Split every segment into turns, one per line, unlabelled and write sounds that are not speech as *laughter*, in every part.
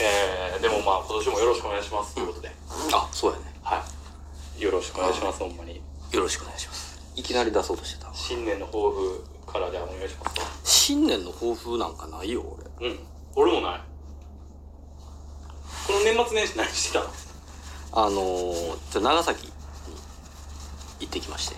えーでもまあ今年もよろしくお願いしますということで、
あそうやね
はい。よろしくお願いします、ほんまに。
よろしくお願いしますいきなり出そうとしてた
新年の抱負からではお願いしますわ
新年の抱負なんかないよ俺
うん。俺もない。この年末年始何してたの
あのー、ちょ長崎に行ってきまして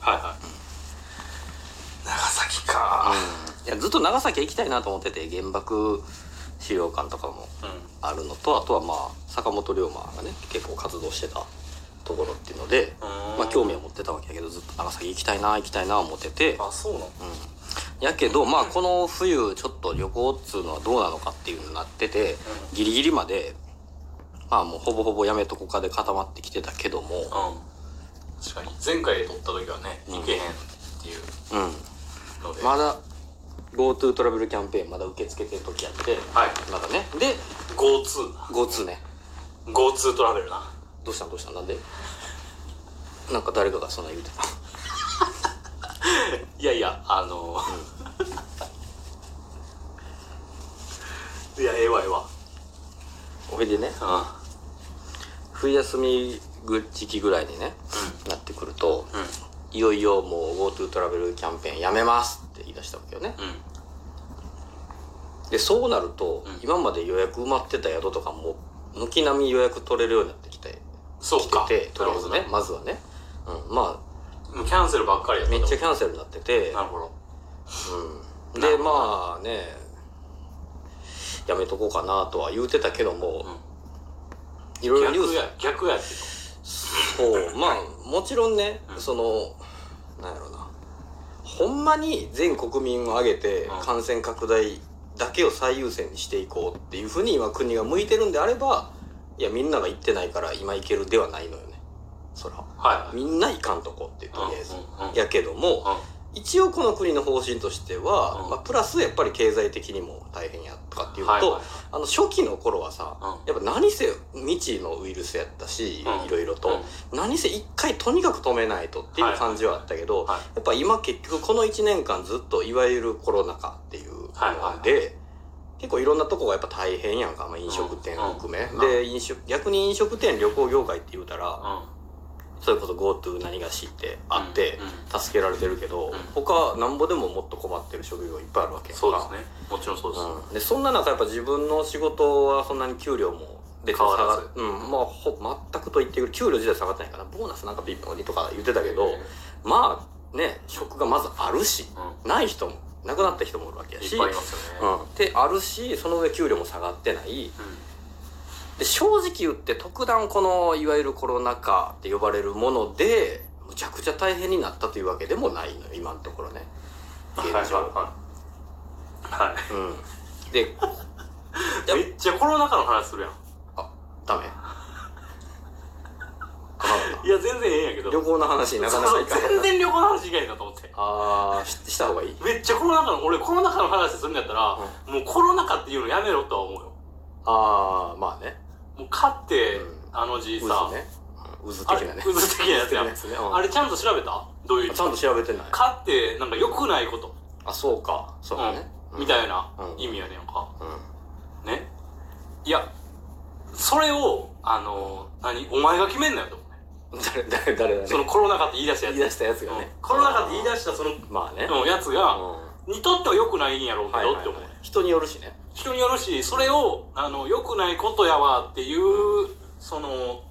はいはい。長崎か
いやずっと長崎行きたいなと思ってて原爆資料館とかも
うん。
あるのとあとはまあ坂本龍馬がね結構活動してたところっていうので、まあ、興味を持ってたわけやけどずっと長崎行きたいな行きたいな思ってて、
あ、そうなの
うん、やけどまあこの冬ちょっと旅行っつうのはどうなのかっていうのになっててギリギリまでまあもうほぼほぼやめとこかで固まってきてたけども、
うん。確かに。前回撮った時はね、
うん
行けへんっていう
うん、
ので。
まだ GoTo トラベルキャンペーンまだ受け付けてる時やって
はい。
まだねで
GoTo な。
GoTo ね
GoTo トラベルな。
どうしたんどうしたんなんでなんか誰かがそんな言うてた
いやいや、あのいや、ええわええわ。
おれでね
う
冬休みぐ時期ぐらいにね、なってくると
ん。うん。
いよいよもう GoTo トラベルキャンペーンやめますって言い出したわけよね
うん。
でそうなると、
うん
今まで予約埋まってた宿とかも軒並み予約取れるようになってきて
そうか。
きててと
な
り
る
あ
ほ
えず
ど
ね
ね。
まずはね、うん、ま
もうキャンセルばっかりや
あ
った
めっちゃ
ゃ
キャンセルになってて
なるほど。
うん、でまあねやめとこうかなとは言うてたけども、いろいろニュー
逆
ス
や、逆やってと。
そうまあもちろんね、
うん
そのなんやろうなほんまに全国民を挙げて
うん
感染拡大だけを最優先にしていこうっていうふうに今国が向いてるんであればいやみんなが行ってないから今行けるではないのよねそら
はい。
みんな行かんとこってとりあえず、
うんうんうん
やけども、一応この国の方針としては、
うん
まあ、プラスやっぱり経済的にも大変やとかっていうと、
はいはいはい
あの初期の頃はさ、やっぱ何せ未知のウイルスやったし、
うん
いろいろ
うん
と、何せ一回とにかく止めないとっていう感じはあったけど、
はいはい
やっぱ今結局この1年間ずっといわゆるコロナ禍っていうので、
はいはいはい
結構いろんなとこがやっぱ大変やんか、まあ、飲食店を含め、
うんうん
で飲食逆に飲食店旅行業界って言うたら、
うん。
それこそ GoTo 何がしってあって、
うんうん
助けられてるけど、
ん
他なんぼでももっと困ってる職業いっぱいあるわけやんか
そうですね。もちろんそうです。
うん、でそんな中やっぱ自分の仕事はそんなに給料も別に下
変わ
が
らず
うんまあほ全くと言ってくる給料自体下がってないかなボーナスなんか微妙にとか言ってたけど、
うん
まあね職がまずあるし
う
ない人もなくなった人もいるわけや
ん。い
し
っぱいいます
う
よね。
ん、であるしその上給料も下がってないで正直言って特段このいわゆるコロナ禍って呼ばれるものでむちゃくちゃ大変になったというわけでもないのよ今のところね
うん。はい
現
はい
状、
はい。はい。
うん、でや
めっちゃコロナ禍の話するやん。
あダメあ
いや、全然ええんやけど。
旅行の話なかなかいか
そう
へん
全然旅行の話以外だと思って。
ああしした方がいい
めっちゃコロナ禍の、俺コロナ禍の話するんやったら、もうコロナ禍っていうのやめろとは思うよ。
ああまあね
もう勝って、
うん
あのじい
渦
さん。
ねうん渦
あれ、
的なね
うず的なやつやん。
ね、うん
あれちゃんと調べたどういう。
ちゃんと調べてない
勝って、なんか良くないこと。
あそうかそうだね、
みたいな
うん
意味やねんか。
うん
ね。いや、それを、あの、何お前が決めんなよと思うね。
誰誰誰だね
そのコロナ禍って言い出したや
言
つ。
い出したやつがね、
うんコロナ禍って言い出したその、
まあね、
うんやつ
う
が、
ん
にとっては良くないんやろうけ
はい
ど
は
っ
い
て
は
思うね。
い、人によるしね
人によるし、それを、あの、良くないことやわっていう、その、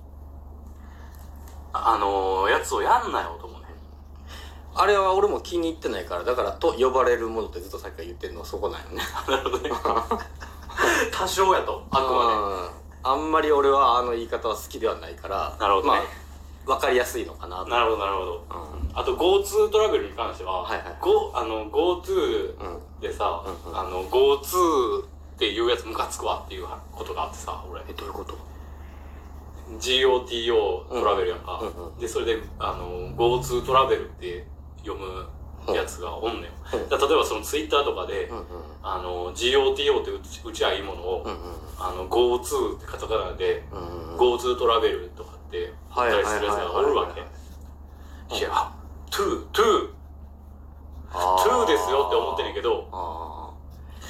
あの、やつをやんなよと
*laughs*
思うね。
あれは俺も気に入ってないからだからと呼ばれるものってずっとさっきから言ってるのはそこなん *laughs* よね
なるほどね。多少やと、あくま
うんあんまり俺はあの言い方は好きではないから
なるほどね
まあ、分かりやすいのかな
で。
と
なるほど、なるほど。
うん
あと GoTo トラベルに関しては、
はいはい
Go- あの GoTo
うん
でさ、
うんうん
あの GoTo っていうやつムカつくわっていうことがあってさ、俺、
えどういうこと
GOTO トラベルやんか、
うんうんうん
で、それであの GoTo トラベルって読むやつがおんねん。
うん
だ例えばその Twitter とかで、
うんうん
あの GOTO ってうちうちはいいものを、
うん
あの GoTo ってカタカナで、
うんうん
GoTo トラベルとかって言ったりするやつがおるわけ。いや、トゥー、トゥー、トゥーですよって思ってんねんけど、
あ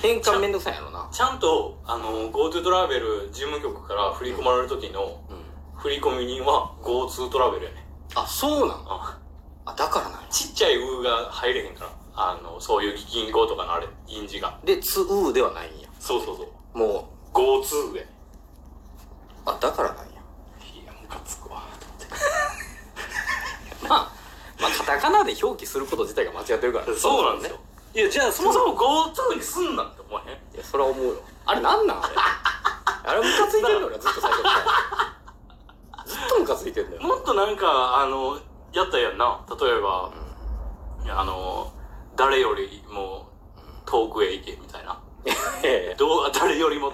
変換めんどくさいんやろな
ちゃんと、あの、GoTo トラベル事務局から振り込まれる時の
うん
振り込み人は GoTo トラベルやね。
あそうなの
あ
あだからなんや
ちっちゃい「う」が入れへんから。あの、そういう銀行とかのあれ、印字が。
で「つう」ではないんや
そうそうそう。
も
GoTo やね。
うあだからなんや
いや、ムカつくわ。
まあまあカタカナで表記すること自体が間違ってるから
そうなんですよ。いや、じゃあそもそも GoTo にすんなって思わへん
いやそれは思うよあれなんなんあれあれムカついてんの俺はずっと最初からずっとムカついてんだよ
もっとなんか、あの、やったらやんな。例えば、あの、誰よりも遠くへ行けみたいな。
ええ
どう、誰よりも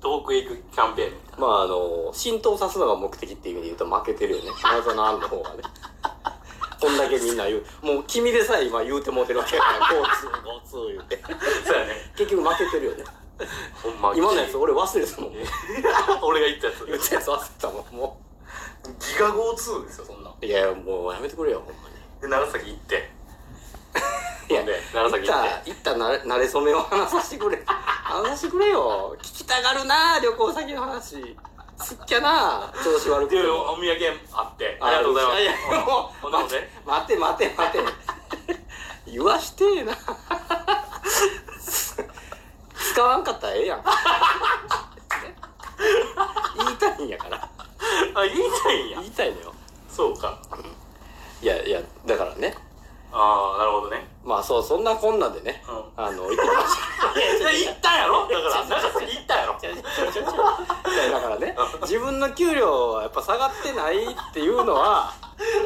遠くへ行くキャンペーンみたいな。
まああの浸透さすのが目的っていう意味で言うと負けてるよね謎の案の方がねこんだけみんな言うもう君でさえ今言うてもうてるわけやからゴーツーゴーツー言うて
そうやね。
結局負けてるよね
ほんま
今のやつ俺忘れてたもん言
俺が言ったやつ。
ったやつ忘れてたもんも
ギガ GO2 ですよ、そんな。
ういやいやもうやめてくれよほんまに
で、長崎行って。
いや
で、長
行っ
崎行って。
た行ったなれ慣れ初めを話させてくれ話してくれよ聞きたがるな旅行先の話すっきゃな調子悪く
で、
て
お土
も
産あって。ありがとうございます。
ややも
ほ
うん
なもん
待
で
て待て待て待て言わしてえな使わんかったらええやん言いたいんやから
あ、言いたいんや
言。いたいのよ
そうか。
いやいやだからね
ああ、なるほどね。
まあそうそんなこんなでね、
う
あの行ってきまし
いや、行ったんやろだから、
*laughs*
長崎行ったんやろ
いやだからね自分の給料はやっぱ下がってないっていうのは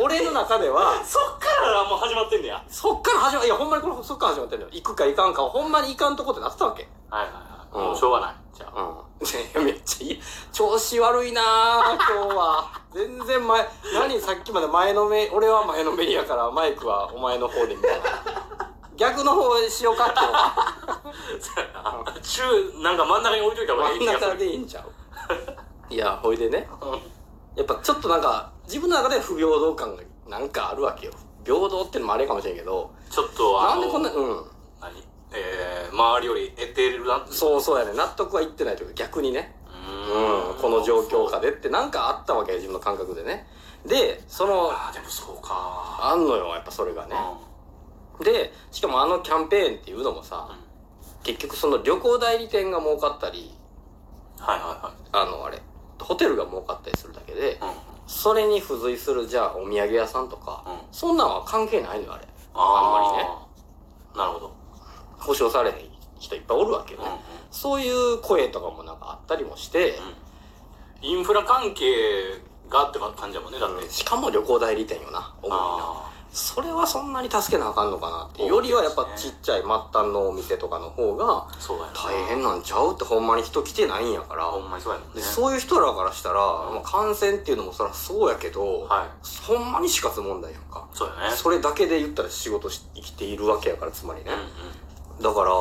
俺の中では
そっからもう始まってんねや。
そっから始まいやほんまにこれそっから始まってんのよ行くか行かんかほんまに行かんとこってなってたわけ
はいはい
うん
はい。もうしょうがない。じゃあ。
うんめっちゃいい調子悪いなあ今日は全然前何さっきまで前のめ俺は前のめりやからマイクはお前の方でみたいな逆の方しようかって
そうやな中、なんか真ん中に置いといた方がいい
真ん
気がす
中
る。
でいいんちゃういやほいでね
うん
やっぱちょっとなんか自分の中で不平等感がなんかあるわけよ平等ってのもあれかもしれんけど
ちょっと、あ
な
の、
んでこんなうん
何えー、周りより得てるなって。
そうそうやね納得はいってないというか逆にね、
う
うん、この状況下でってなんかあったわけよ自分の感覚でねでその
ああ、でもそうか。
あんのよやっぱそれがね
うん
でしかもあのキャンペーンっていうのもさ結局その旅行代理店が儲かったり
はいは
あのあれホテルが儲かったりするだけで
いはい。うん。
それに付随するじゃあお土産屋さんとか、
うん
そんなんは関係ないのよあれ
あ
あんまりね
りね。なるほど。
保証されへん人いっぱいおるわけよね、そういう声とかもなんかあったりもして、
インフラ関係がって感じだもんね、だって。
しかも旅行代理店よな主にな
あ
それはそんなに助けなあかんのかなって
そう
よりはやっぱ
です
ち
ね
っちゃい末端のお店とかの方が
あ、そうだよな。
大変なんちゃうってほんまに人来てないんやから、
ほんまにそうやもんね。
でそういう人らからしたら、
ん
まあ感染っていうのもそりゃそうやけど、
はい。
ほんまに死活問題やんか
そうだよね。
それだけで言ったら仕事し生きているわけやからつまりね、
うんうん。
だから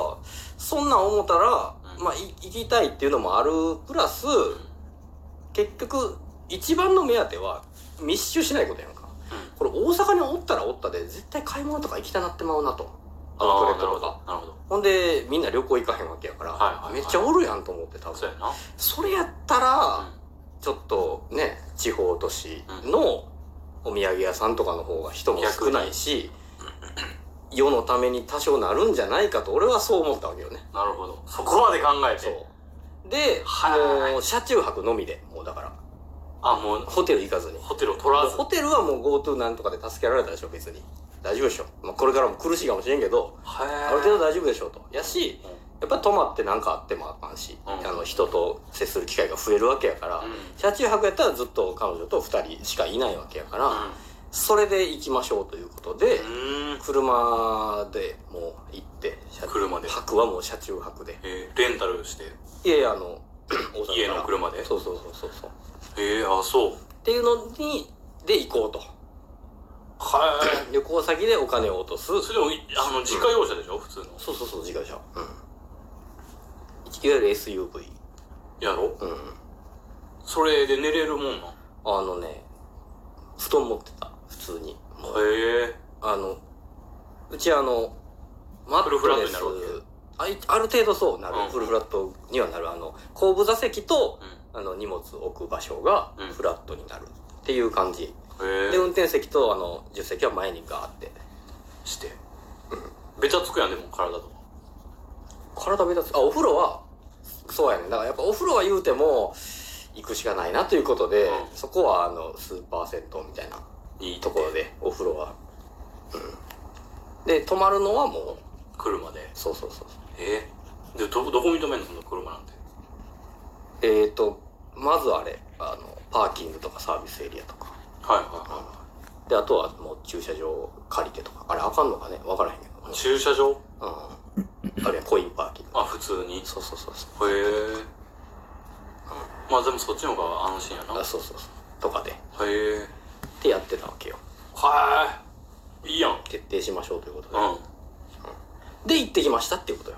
そんなん思ったら、
うん
まあい行きたいっていうのもあるプラス結局一番の目当ては密集しないことやんか
うん
これ大阪におったらおったで絶対買い物とか行きたなってまうなと
あ
ア
あ、
ウトレッ
なる
ト
ほ
とか
ど。なるほど。
ほんでみんな旅行行かへんわけやから、
はいはいはい
めっちゃおるやんと思って多分
そうやな。
それやったらちょっとね地方都市のお土産屋さんとかの方が人も少ないし世のために多少なるんじゃないかと俺はそう思ったわけよね
なるほど。そこまで考えて。
そうで、
はい
もう車中泊のみでもうだから
あ、もう、
ホテル行かずに
ホテルを取らず。
ホテルはもう GoTo なんとかで助けられたでしょ別に大丈夫でしょ、まあ、これからも苦しいかもしれんけど
は
あ
い
る程度大丈夫でしょとやし
うん
やっぱ泊まって何かあってもあかんし、
うん
あの人と接する機会が増えるわけやから、
うん
車中泊やったらずっと彼女と2人しかいないわけやから、それで行きましょうということで、
うん。うーん。
車でもう行って車
車で
泊はもう車中泊で
えーレンタルして。
いや
*clears throat*
いやあの大阪から
家の車で
そうそうそうそうそう
ええ、あ、そう。
っていうのにで行こうと
は
旅行先でお金を落とす
い。それでも、いあの、自家用車でしょ普通の。
そうそうそう自家車うんいわゆる SUV
やろ
うん
それで寝れるもんな。
あのね布団持ってた普通にもう
へえ。
あのうちあのマッ
フルフラッ
ト
ト
レ
に
ス
なるわけ
ああいある程度そうなる、
うん
フルフラットにはなるあの後部座席と
うん
あの荷物を置く場所が
うん
フラットになるっていう感じ、
へ
で
え
運転席とあの助手席は前にガーって
してべちゃつくやんでも体とか
体目立つあお風呂はそうやねだからやっぱお風呂は言うても行くしかないなということで、
うん
そこはあのスーパー銭湯みたいない
い
ところでお風呂は、うん、で泊まるのはもう
車で
そうそうそう
えー、でどどこに止めんのその車なんて
えー、とまずあれあのパーキングとかサービスエリアとか
はいは
であとはもう駐車場を借りてとかあれあかんのかね分からへんけど、
い駐車場
うん、あれはコインパーキング
あ普通にへ
そうそうそうそう
えまあでもそっちの方が安心やな
あそうそうそうとかでっ
へえ
てやってたわけよ
はいいいやん
徹底しましょうということで、
うん
で行ってきましたっていうことよ